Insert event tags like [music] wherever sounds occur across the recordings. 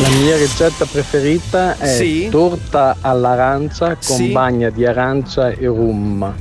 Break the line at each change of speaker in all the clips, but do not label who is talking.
La mia ricetta preferita è
Sì?
torta all'arancia con
Sì?
bagna di arancia e rum.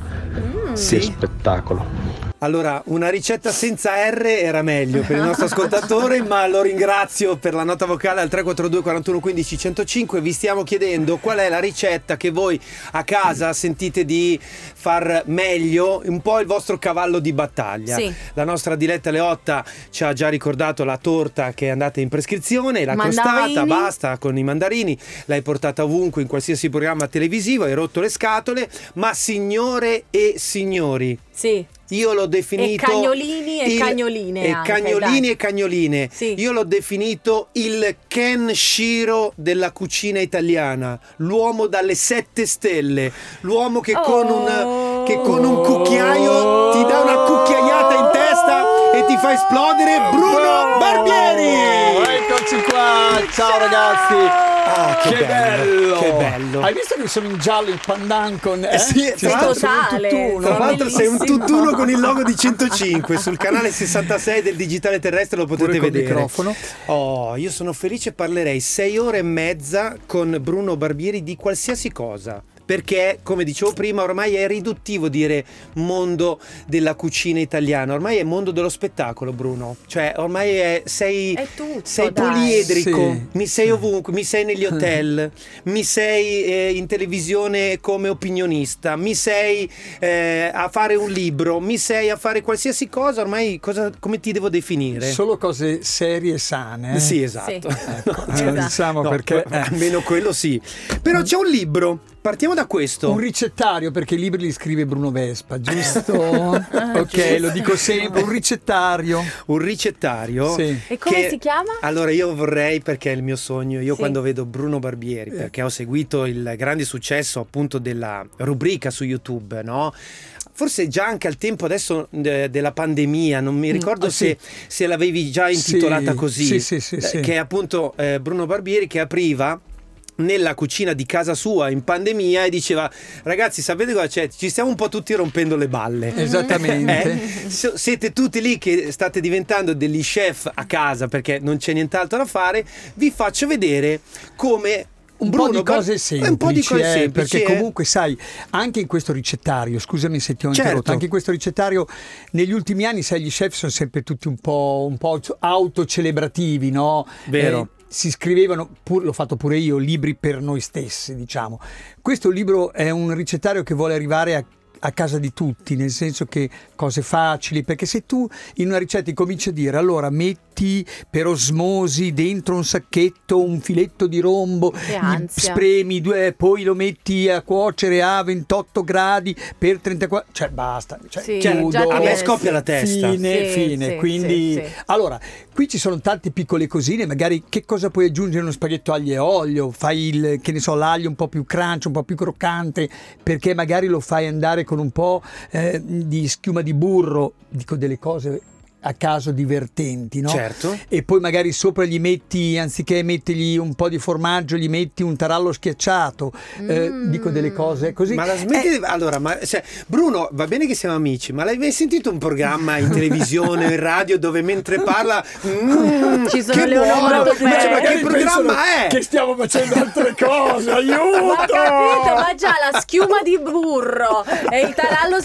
Sì.
Che spettacolo.
Allora, una ricetta senza R era meglio per il nostro ascoltatore, ma lo ringrazio per la nota vocale al 342 41 15 105. Vi stiamo chiedendo qual è la ricetta che voi a casa sentite di far meglio, un po' il vostro cavallo di battaglia.
Sì.
La nostra Diletta Leotta ci ha già ricordato la torta che è andata in prescrizione, la crostata,
Mandarini.
basta con i mandarini, l'hai portata ovunque in qualsiasi programma televisivo, hai rotto le scatole, ma signore e signori,
Sì.
io l'ho definito.
E cagnolini e
il-
cagnoline
E
anche,
cagnolini
dai.
e cagnoline.
Sì.
Io l'ho definito il Ken Shiro della cucina italiana. L'uomo dalle sette stelle. L'uomo che, con, un, che con un cucchiaio ti dà una cucchiaiata in testa e ti fa esplodere Bruno Barbieri.
Eccoci qua, ciao ragazzi!
Ah, Ecco. che bello, che bello.
Hai visto che sono in giallo il pandancon? Eh?
sì,
Sì,
tra l'altro
sono in
totale,
tutt'uno.
Tra l'altro sei un
Bellissimo.
tutt'uno con il logo di 105 sul canale 66 del digitale terrestre lo potete
Pure col
vedere.
microfono.
Oh, io sono felice parlerei sei ore e mezza con Bruno Barbieri di qualsiasi cosa. Perché, come dicevo prima, ormai è riduttivo dire mondo della cucina italiana, ormai è mondo dello spettacolo, Bruno. Cioè, ormai è, sei,
È tutto,
sei
dai.
poliedrico,
Sì.
mi sei ovunque, mi sei negli hotel,
[laughs]
mi sei eh, in televisione come opinionista, mi sei eh, a fare un libro, mi sei a fare qualsiasi cosa, ormai cosa- come ti devo definire?
Solo cose serie e sane. eh?
Sì, esatto.
Sì.
Ecco,
[laughs] Cioè,
eh, diciamo
No,
perché...
que-
eh.
almeno quello sì. Però c'è un libro, partiamo da questo.
Un ricettario, perché i libri li scrive Bruno
[laughs]
Vespa, giusto?
Ah,
ok, lo dico sempre, un ricettario.
un ricettario.
Sì.
E come
che-
si chiama?
Allora io vorrei, perché è il mio sogno, io
Sì.
quando vedo Bruno
Eh.
Barbieri, perché ho seguito il grande successo appunto della rubrica su YouTube, no? Forse già anche al tempo adesso eh, della pandemia, non mi ricordo
ah,
se, se l'avevi già
Sì,
intitolata così,
sì, sì, sì,
eh,
sì.
che è appunto eh, Bruno Barbieri che apriva nella cucina di casa sua in pandemia e diceva ragazzi sapete cosa c'è? Ci stiamo un po' tutti rompendo le balle.
Esattamente.
Eh, so- siete tutti lì che state diventando degli chef a casa perché non c'è nient'altro da fare. Vi faccio vedere come
un po'
Bruno
di
Bar-
cose semplici,
un po' di cose
eh,
semplici,
perché
eh.
comunque sai anche in questo ricettario scusami se ti ho
Certo.
interrotto anche in questo ricettario negli ultimi anni sai gli chef sono sempre tutti un po', un po autocelebrativi no?
Vero.
Eh, si scrivevano, pur- l'ho fatto pure io, libri per noi stessi, diciamo. Questo libro è un ricettario che vuole arrivare a, a casa di tutti, nel senso che cose facili, perché se tu in una ricetta incominci a dire allora metti per osmosi dentro un sacchetto un filetto di rombo,
Che
gli
ansia.
spremi, due, poi lo metti a cuocere a 28 gradi per 34, cioè basta, cioè,
Sì,
Cioè,
già ti
a me
viene-
scoppia la testa.
Sì,
Fine, fine.
sì,
Quindi,
sì, sì.
allora, qui ci sono tante piccole cosine, magari che cosa puoi aggiungere in uno spaghetto aglio e olio? Fai il, che ne so, l'aglio un po' più crunch, un po' più croccante, perché magari lo fai andare con un po' eh, di schiuma di burro, dico delle cose a caso divertenti, no?
Certo.
E poi magari sopra gli metti, anziché mettergli un po' di formaggio, gli metti un tarallo schiacciato, Eh,
Mm.
dico delle cose così.
Ma la smetti
Eh.
di- allora, ma, cioè, Bruno, va bene che siamo amici, ma l'hai mai sentito un programma in televisione o in radio dove mentre parla "Mm,
Ci sono
che
le
buono!"
onomatopee.
Ma, cioè, ma che
Magari
programma
pensano
è?
Che stiamo facendo altre cose, aiuto!
Ma capito, ma già la schiuma di burro e il tarallo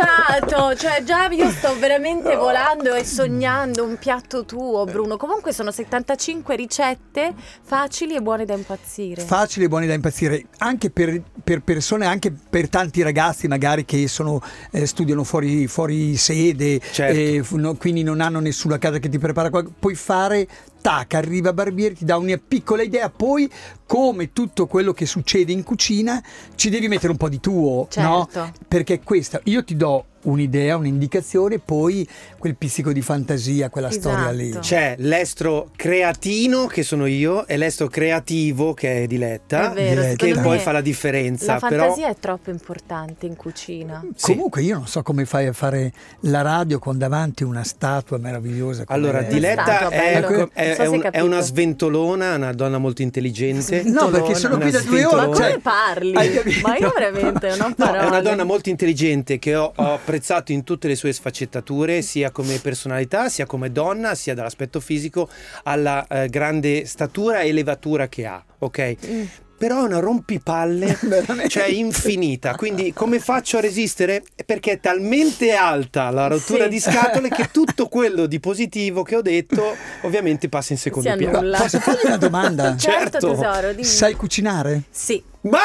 schiacciato, cioè già io sto veramente volando e sognando un piatto tuo, Bruno. Comunque sono 75 ricette facili e buone da impazzire.
Facili e buoni da impazzire, anche per, per persone, anche per tanti ragazzi magari che sono, eh, studiano fuori, fuori sede,
Certo.
eh, fu- no, quindi non hanno nessuna casa che ti prepara qualcosa, puoi fare, tac, arriva Barbieri, ti dà una piccola idea, poi come tutto quello che succede in cucina ci devi mettere un po' di tuo, no?
Certo.
Perché questa, io ti do un'idea, un'indicazione, poi quel pizzico di fantasia, quella storia lì.
Esatto.
C'è l'estro creatino che sono io e l'estro creativo che è Diletta
È vero,
direi
Eh, che
secondo
poi
me
fa la differenza
La
però
fantasia è troppo importante in cucina.
Sì.
Comunque io non so come fai a fare la radio con davanti una statua meravigliosa. come
Allora,
lei.
Diletta-
Diletta
statua,
è,
bello.
è è, è
so se
un- è
capite.
una sventolona, una donna molto intelligente.
No, perché sono
Una
qui da due ore.
sventolona.
Ma
cioè,
come parli?
hai capito?
Ma io veramente non
[laughs] No, è una
parole.
donna molto intelligente che ho, ho apprezzato in tutte le sue sfaccettature, sia come personalità, sia come donna, sia dall'aspetto fisico, alla eh, grande statura e levatura che ha, ok?
Mm.
Però è una
[laughs]
rompipalle,
Veramente.
cioè infinita. Quindi come faccio a resistere? Perché è talmente alta la rottura
Sì.
di scatole che tutto quello di positivo che ho detto ovviamente passa in secondo
Si
piano.
annulla.
Posso fargli una domanda?
[laughs] Certo,
Certo.
tesoro, dimmi.
Sai cucinare?
Sì.
Ma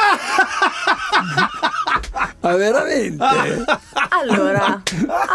Ma Ah, veramente?
[laughs] Allora,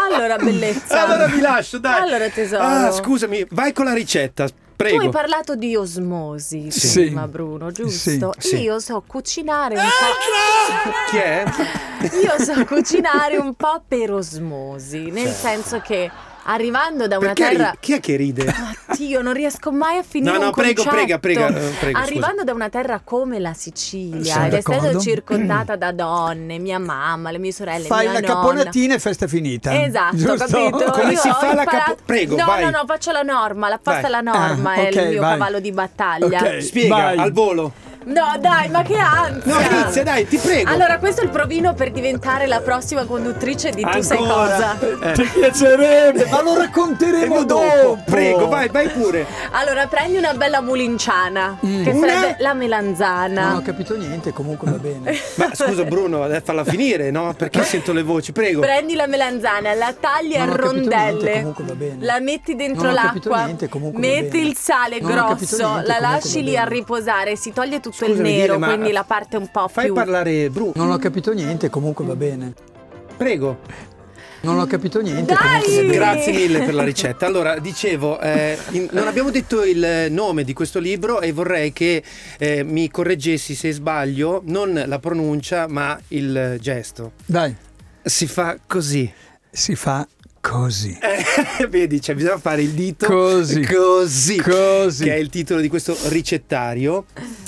allora bellezza.
Eh, allora vi lascio, dai.
Allora tesoro.
Ah, scusami, vai con la ricetta, prego.
Tu hai parlato di osmosi
Sì.
prima, Bruno, giusto?
Sì, sì.
Io so cucinare un po'.
Chi è? Ah!
Io so cucinare un po' per osmosi, nel senso che arrivando da una
Certo. Perché ri-
terra.
Chi è che ride?
Io non riesco mai a finire
No, no,
un
prego, prega,
concetto.
prega, eh, prego,
Arrivando da una terra come la Sicilia
Sono
ed essendo
d'accordo.
circondata da donne, mia mamma, le mie sorelle,
Fai
mia
la
nonna.
caponatina e festa finita.
Esatto,
Giusto?
capito?
Come
Io
si
ho
fa la capo-
imparato-
Prego,
No,
vai.
no, no, faccio la norma, la pasta
Vai.
alla norma,
Ah,
è
ok,
il mio
vai.
cavallo di battaglia.
Ok.
Spiega
Vai.
al volo.
No, dai, ma che ansia!
No, inizia, dai, ti prego.
Allora, questo è il provino per diventare la prossima conduttrice di Tu sai
Ancora.
cosa.
Eh.
Ti piacerebbe, [laughs] ma lo
Prego
racconteremo
dopo.
dopo.
Prego, vai, vai pure.
Allora, prendi una bella mulinciana, che
Una?
sarebbe la melanzana.
Non ho capito niente, comunque va
[laughs]
bene.
Ma scusa Bruno, eh, falla finire, no? Perché sento le voci, prego.
Prendi la melanzana, la tagli
Esatto. Non
a
ho capito
rondelle,
niente, comunque va bene.
la metti dentro
Non ho capito
l'acqua,
niente, comunque va
metti
bene.
il sale
Non ho capito
grosso,
niente,
la
comunque
lasci
va
lì a
bene.
risposare, si toglie tutto il
Scusami,
nero,
Dile, ma
quindi la parte un po'
Fai
più...
parlare Bruno.
Non ho capito niente, comunque va bene.
Prego.
Non ho capito niente.
Dai!
comunque va bene.
Grazie mille per la ricetta. Allora, dicevo, eh, in- non abbiamo detto il nome di questo libro e vorrei che eh, mi correggessi se sbaglio, non la pronuncia, ma il gesto.
Dai,
Si fa così.
si fa così.
Eh, [laughs] Vedi, cioè, bisogna fare il dito
Così.
così,
Così.
che è il titolo di questo ricettario.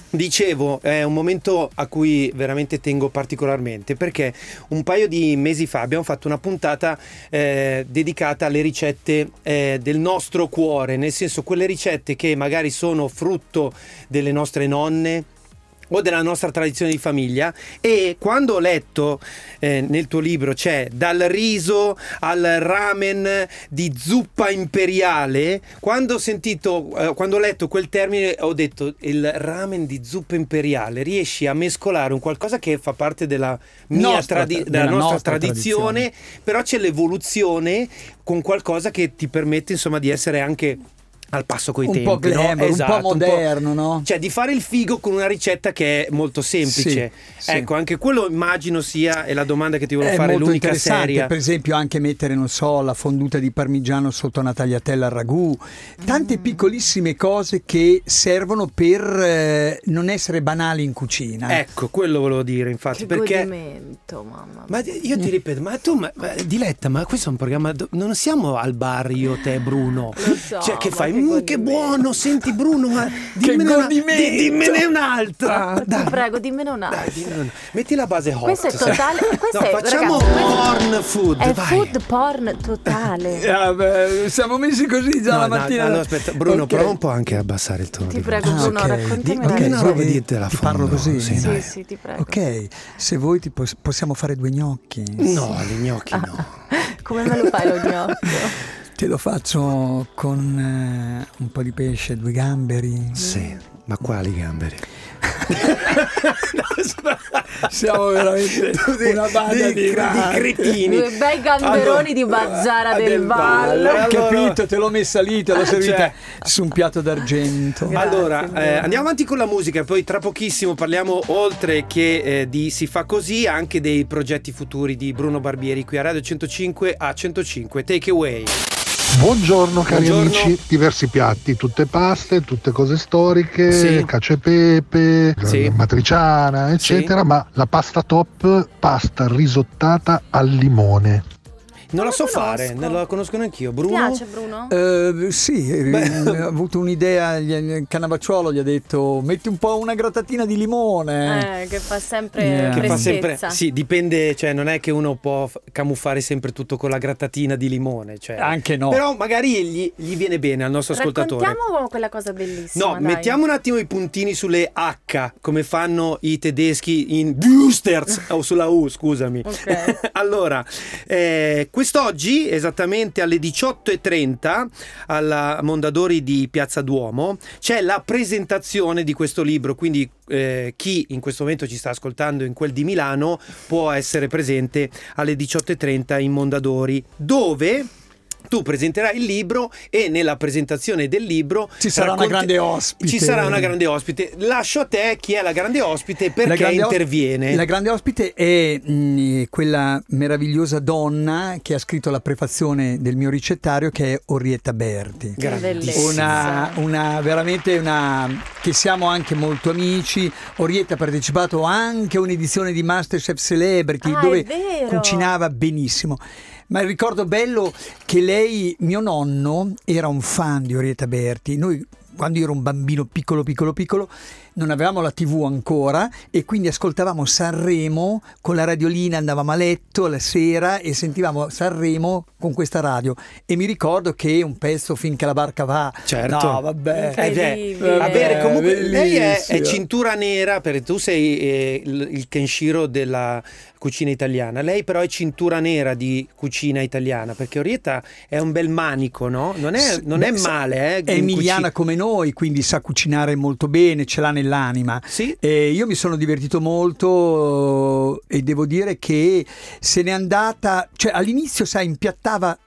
Dicevo, è un momento a cui veramente tengo particolarmente perché un paio di mesi fa abbiamo fatto una puntata eh, dedicata alle ricette eh, del nostro cuore, nel senso quelle ricette che magari sono frutto delle nostre nonne o della nostra tradizione di famiglia e quando ho letto eh, nel tuo libro c'è dal riso al ramen di zuppa imperiale quando ho sentito eh, quando ho letto quel termine ho detto il ramen di zuppa imperiale riesci a mescolare un qualcosa che fa parte della mia
Nostra
tradi-
tra-
della
della
nostra
nostra
tradizione, però c'è l'evoluzione con qualcosa che ti permette insomma di essere anche al passo coi
Un
tempi
po'
no?
glamour, un po'
Esatto,
moderno, no?
cioè di fare il figo con una ricetta che è molto semplice.
Sì, sì.
ecco, anche quello immagino sia, è la domanda che ti volevo
È
fare,
molto
l'unica
interessante,
seria.
per esempio, anche mettere, non so, la fonduta di parmigiano sotto una tagliatella al ragù, tante
Mm.
piccolissime cose che servono per eh, non essere banali in cucina.
Ecco, quello volevo dire, infatti,
Che
perché
godimento, mamma
ma io ti ripeto, ma tu, ma, ma- Diletta, ma questo è un programma. do- non siamo al bar io, te, Bruno.
Lo so,
cioè, che
ma
fai?
che
"Mm, che
godimento."
buono, senti, Bruno,
[laughs]
ma dimmene, una, di-
godimento! Ah,
dimmene un'altra.
Ti
Dai,
prego, dimmene un'altra.
dai, dimmene una- Metti la base hot.
Questo è totale. Questo
[laughs] no,
è,
facciamo
ragazzi, questo-
porn food.
È
vai. Eh,
food porn totale.
Ah, beh, siamo messi così già
No,
la
no,
mattina.
allora, aspetta, Bruno,
Ok.
prova un po' anche a abbassare il tono.
Ti
di
prego,
voce.
Ah,
Bruno,
ok.
raccontami
Di-
una
di una roba
roba.
di te la
Ti parlo
fondo,
così?
sì,
Sì,
dai.
sì, ti prego.
Ok, se vuoi ti pos- possiamo fare due gnocchi.
No, gli gnocchi no.
Ah. Come me lo fai
[laughs]
lo gnocchio?
Te lo faccio con eh, un po' di pesce, due gamberi.
Sì, ma quali gamberi?
Siamo [laughs] veramente una banda di,
cre- di cretini.
Due bei gamberoni di
ah,
Bazzara del Vallo.
Ho
Allora-
capito, te l'ho messa lì, te l'ho servita
[laughs] cioè-
su un piatto d'argento.
Allora, eh, andiamo avanti con la musica, poi tra pochissimo parliamo oltre che eh, di Si fa così, anche dei progetti futuri di Bruno Barbieri qui a Radio 105 a 105. Take away.
Buongiorno cari
Buongiorno.
amici, diversi piatti, tutte paste, tutte cose storiche,
Sì.
cacio e pepe, eh,
Sì.
matriciana, eccetera, ma la pasta top, pasta risottata al limone.
Non la
lo
so fare,
conosco.
non la conosco neanch'io.
Ti
Bruno?
piace Bruno?
Eh, sì, eh,
Beh.
ha avuto un'idea, gli- Cannavacciuolo gli ha detto metti un po' una grattatina di limone.
Eh, che fa sempre
Eh.
Che fa sempre.
freschezza.
Sì, dipende, cioè non è che uno può f- camuffare sempre tutto con la grattatina di limone. Cioè.
Anche no.
Però magari gli, gli viene bene al nostro ascoltatore.
Raccontiamo quella cosa bellissima.
No,
dai.
mettiamo un attimo i puntini sulle H, come fanno i tedeschi in Düsters,
[laughs]
o sulla U, scusami.
Ok.
allora, eh, quest'oggi, esattamente alle 18.30, alla Mondadori di Piazza Duomo, c'è la presentazione di questo libro, quindi eh, chi in questo momento ci sta ascoltando in quel di Milano può essere presente alle 18.30 in Mondadori, dove... Tu presenterai il libro e nella presentazione del libro
Ci sarà una
racconti-
grande ospite.
Ci sarà una grande ospite. Lascio a te chi è la grande ospite e perché
La grande os-
interviene.
La grande ospite è mh, quella meravigliosa donna che ha scritto la prefazione del mio ricettario che è Orietta Berti.
Che bellezza.
Una, una- veramente una che siamo anche molto amici. Orietta ha partecipato anche a un'edizione di Masterchef Celebrity
Ah, è
dove
vero.
cucinava benissimo. Ma il ricordo bello che lei, mio nonno, era un fan di Orietta Berti. Noi quando io ero un bambino piccolo, piccolo, piccolo, non avevamo la TV ancora e quindi ascoltavamo Sanremo con la radiolina, andavamo a letto la sera e sentivamo Sanremo con questa radio. E mi ricordo che un pezzo finché la barca va.
Certo.
No, vabbè.
Incredibile.
Ed è,
Incredibile.
eh, avere
Eh,
comunque lei è, è
Bellissimo.
cintura nera perché tu sei eh, il, il Kenshiro della cucina italiana. Lei però è cintura nera di cucina italiana perché Orietta è un bel manico, no? Non è, non è
Beh, sa-
male, eh?
È
in
emiliana
cucina.
come noi, quindi sa cucinare molto bene, ce l'ha nell'anima.
Sì.
E io mi sono divertito molto eh, e devo dire che se n'è andata, cioè all'inizio sai impiattava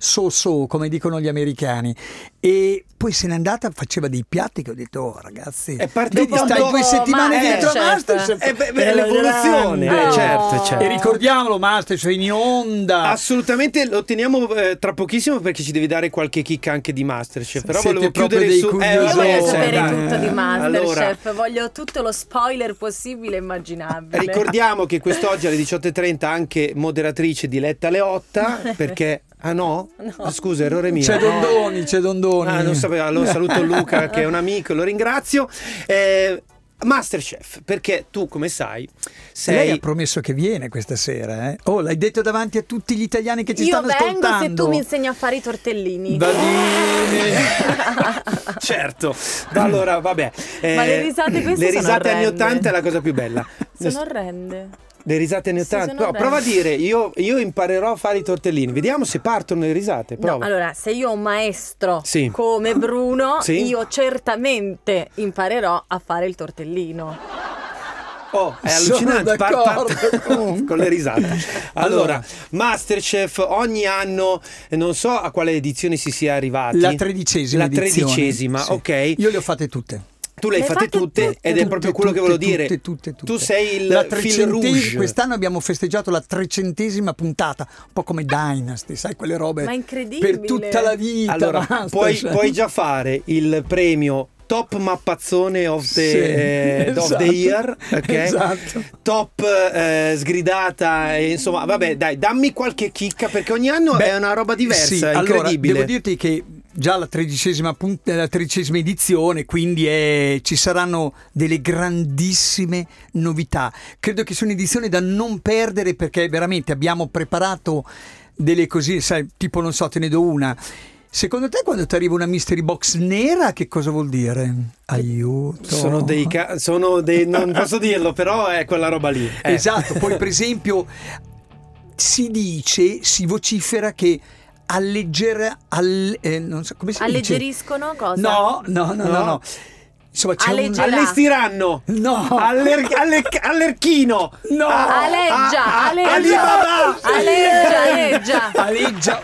so so come dicono gli americani e poi se n'è andata faceva dei piatti che ho detto oh ragazzi
È partita
vedi, stai
un
due
po'
settimane dentro a
Masterchef.
Masterchef
Eh, beh, beh,
Era
l'evoluzione,
grande.
Oh.
certo, certo.
e ricordiamolo Masterchef in onda
Assolutamente, lo teniamo eh, tra pochissimo perché ci devi dare qualche chicca anche di Masterchef. Però
Siete
volevo
proprio
chiudere
dei
su. eh, certo.
curiosi.
Io voglio sapere
dai.
tutto di
Allora,
Masterchef, voglio tutto lo spoiler possibile e immaginabile.
ricordiamo che quest'oggi alle 18.30 anche moderatrice di Letta Leotta.
[laughs]
Perché. Ah no? Ah, Scusa, errore mio.
c'è
No.
Dondoni c'è Dondoni
Ah, non sapevo. Allora saluto Luca che è un amico, lo ringrazio. Eh, Masterchef, perché tu, come sai,
Lei ha
sei.
promesso che viene questa sera, eh? Oh, l'hai detto davanti a tutti gli italiani che ci
Io
stanno
vengo
ascoltando.
se tu mi insegni a fare i tortellini. [laughs]
certo. Allora, vabbè. eh,
Ma le risate queste
Le
sono
risate anni
orrende.
80 è la cosa più bella.
Sono orrende.
Le risate ne
Sì,
tanto.
sono
No,
belle.
prova a dire, io, io imparerò a fare i tortellini. Vediamo se partono le risate.
No,
Prova.
allora, se io ho un maestro
Sì.
come Bruno,
Sì.
io certamente imparerò a fare il tortellino.
Oh, è
Sono
allucinante.
d'accordo
[laughs] con...
con-
le
[laughs]
risate. Allora,
Allora.
Masterchef ogni anno, eh, non so a quale edizione si sia arrivati.
La tredicesima.
La
edizione.
tredicesima,
Sì.
ok.
Io le ho fatte tutte.
Tu le hai
Le
fatte
fate
tutte,
tutte.
ed è
Tutte,
proprio quello che
tutte,
volevo dire.
Tutte, tutte, tutte.
Tu sei il
La
fil
trecentesima-
rouge.
Quest'anno abbiamo festeggiato la trecentesima puntata, un po' come Dynasty, sai quelle robe.
Ma incredibile.
Per tutta la vita.
Allora,
basta,
puoi,
cioè.
puoi già fare il premio Top Mappazzone of the,
Sì,
eh, of the
esatto,
Year, ok?
esatto.
Top eh, Sgridata, e insomma, vabbè, dai, dammi qualche chicca perché ogni anno
Beh,
è una roba diversa,
sì,
è
allora,
incredibile.
devo dirti che già la tredicesima, punt- eh, la tredicesima edizione, quindi è- ci saranno delle grandissime novità. Credo che sia un'edizione da non perdere perché veramente abbiamo preparato delle cosine, sai, tipo non so, te ne do una. Secondo te quando ti arriva una mystery box nera che cosa vuol dire? Aiuto.
Sono dei, ca- sono dei- non posso dirlo, però è quella roba lì. eh.
Esatto, poi per esempio si dice, si vocifera che alleggera, all- eh, non so, come si dice?
Alleggeriscono cosa?
No, no, no, no, no. Insomma, c'è
Alleggerà.
Allestiranno.
un... No,
[laughs] Aller- aller- allerchino.
no.
Aleggia,
Ah, ah,
aleggia. Ah.
Alibaba.
Aleggia,
[laughs]
aleggia.
Aleggia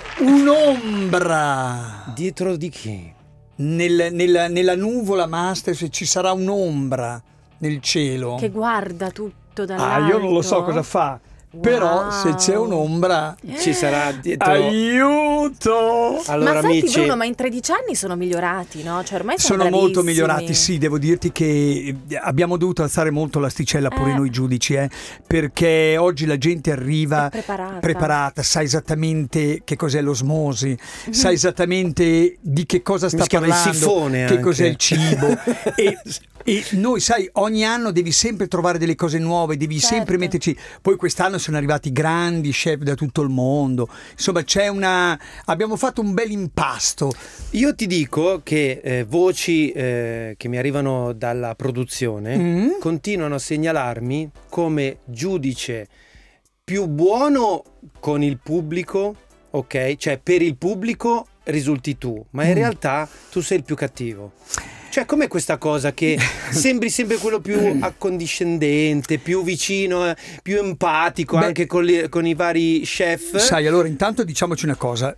un'ombra.
Dietro di chi?
Nel- nella, nella nuvola master se ci sarà un'ombra nel cielo.
Che guarda tutto dall'alto.
Ah,
ah, io non lo so cosa fa.
Wow.
Però
Eh.
se c'è
um-,
un'ombra...
Ci sarà dietro.
Aiuto!
Allora,
ma senti
amici,
Bruno, ma in 13 anni sono migliorati, no? Cioè ormai sono,
Sono molto
bravissimi.
migliorati, sì, devo dirti che eh, abbiamo dovuto alzare molto l'asticella pure
Eh.
noi giudici, eh, perché oggi la gente arriva
È preparata.
preparata, sa esattamente che cos'è l'osmosi,
Mhm.
sa esattamente di che cosa sta
Mi schiava il
parlando,
sifone
che
anche.
cos'è
[laughs]
il cibo e, e noi sai ogni anno devi sempre trovare delle cose nuove, devi
Certo.
sempre metterci. Poi quest'anno sono arrivati grandi chef da tutto il mondo. Insomma, c'è una abbiamo fatto un bel impasto.
io ti dico che eh, voci eh, che mi arrivano dalla produzione
Mm.
continuano a segnalarmi come giudice più buono con il pubblico, ok? Cioè per il pubblico risulti tu, ma in
Mm.
realtà tu sei il più cattivo. Cioè, com'è questa cosa
[laughs]
che sembri sempre quello più accondiscendente, più vicino, eh, più empatico
Beh.
anche con, le- con i vari chef?
Sai, allora intanto diciamoci una cosa.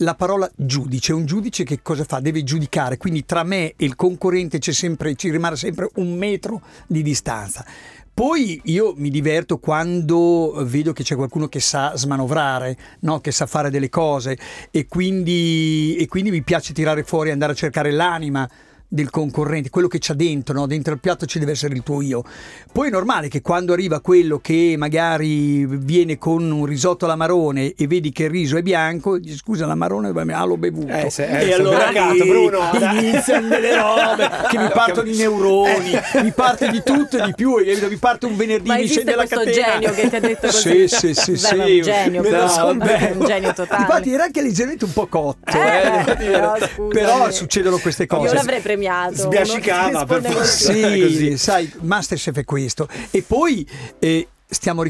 La parola giudice, un giudice che cosa fa? Deve giudicare, quindi tra me e il concorrente c'è sempre, ci rimane sempre un metro di distanza. Poi io mi diverto quando vedo che c'è qualcuno che sa smanovrare, no? che sa fare delle cose e quindi, e quindi mi piace tirare fuori, andare a cercare l'anima del concorrente, quello che c'ha dentro, no? dentro il piatto ci deve essere il tuo io. Poi è normale che quando arriva quello che magari viene con un risotto all'amarone e vedi che il riso è bianco, dici scusa l'amarone ma- ah, l'ho bevuto.
Eh, se- eh,
e
sei
allora
beccato,
lì
Bruno, dai.
iniziano delle robe che mi partono i neuroni,
Eh.
mi parte di tutto e di più, hai capito? mi parte un venerdì,
Ma
mi
esiste
scende la
questo
catena.
genio che ti ha detto
Sì,
così?
sì, sì,
Beh,
sì.
ma è un genio,
Me lo
però,
son
è un
bevo.
genio totale.
Infatti era anche leggermente un po' cotto, eh,
Cioè,
Eh,
devo dire.
però, scusami.
però succedono queste cose.
Io l'avrei premiato.
Sbiascicava,
uno che
per
risponde
forza.
così.
Sì,
Così.
sai, Masterchef è questo. E poi eh, stiamo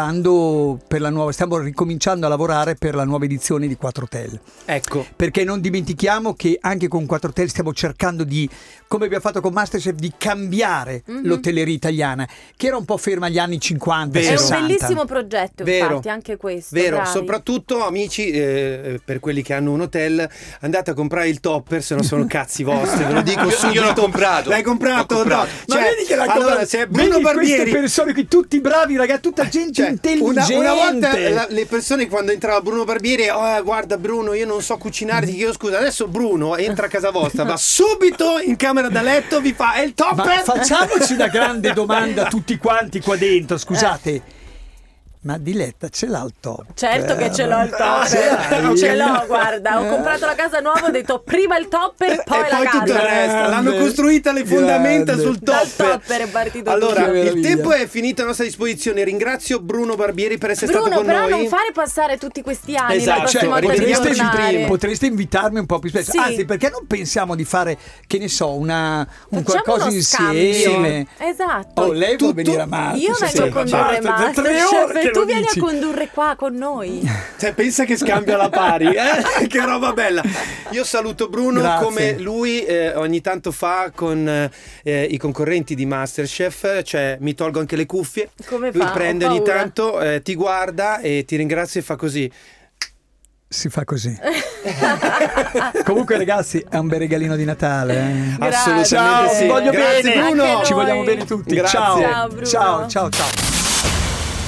ricominciando per la nuova, stiamo ricominciando a lavorare per la nuova edizione di 4 Hotel.
Ecco,
Perché non dimentichiamo che anche con 4 Hotel stiamo cercando di, come abbiamo fatto con Masterchef, di cambiare
Mhm.
l'hotelleria italiana, che era un po' ferma agli anni 50
Vero.
È un
60.
bellissimo progetto,
Vero.
infatti, anche questo.
vero,
bravi.
soprattutto amici, eh, per quelli che hanno un hotel, andate a comprare il topper, se no
[laughs]
sono cazzi vostri, ve lo
[laughs]
dico
Io- io
subito.
l'ho comprato.
L'hai comprato?
L'ho comprato.
No.
Ma
Cioè,
vedi che la
allora, se Bruno
vedi queste
Barbieri...
persone qui, tutti bravi, ragazzi, tutta gente
Cioè, una,
intelligente.
una volta la- le persone quando entrava Bruno Barbieri, oh eh, guarda Bruno, io non so cucinare, ti
Mm.
chiedo scusa. Adesso
[laughs]
Bruno entra a casa vostra, va subito in camera da letto, vi fa "È il
Ma
topper".
facciamoci una grande [laughs] domanda a tutti quanti qua dentro, scusate. Eh. Ma Diletta ce l'ha il top. Eh.
Certo che ce l'ho il
Eh, sì,
topper,
sì.
[laughs] ce l'ho, guarda, ho comprato la casa nuova, ho detto prima il topper, [laughs] poi
e
la
poi
casa.
tutto il resto. L'hanno
Grande.
costruita le fondamenta
Grande.
sul
Dal
topper.
topper è partito
Allora,
tutto. Che
il
meraviglia.
tempo è finito a nostra disposizione. Ringrazio Bruno Barbieri per essere
Bruno,
stato con
però
noi.
non fare passare tutti questi anni
Esatto,
la
Cioè,
prossima volta devi
potreste,
tornare.
prima.
potreste invitarmi un po' più spesso.
Sì.
Anzi, perché non pensiamo di fare, che ne so, una, un
Facciamo
qualcosa
uno
insieme?
scambio. Esatto.
Oh, lei
Tutto-
vuol venire a Marte.
Io vengo
sì,
a
sì.
condurre
Basta, da tre
Masterchef
ore
e
che
tu
lo
vieni
dici.
a condurre qua con noi.
Cioè, pensa che scambio alla pari,
[laughs]
eh? [laughs] che roba bella. Io saluto Bruno
Grazie.
come lui eh, ogni tanto fa con eh, i concorrenti di Masterchef, cioè mi tolgo anche le cuffie.
Come
lui
fa? Ho
prende ogni
paura.
tanto, eh, ti guarda e ti ringrazia e fa così.
Si fa
[laughs]
così. Comunque, ragazzi, è un bel regalino di Natale. eh.
Grazie.
Assolutamente
Ciao,
sì.
vi voglio
Grazie
bene.
Bruno.
Anche
Ci
noi.
vogliamo bene tutti.
Grazie.
Ciao, Bruno.
ciao, ciao, ciao.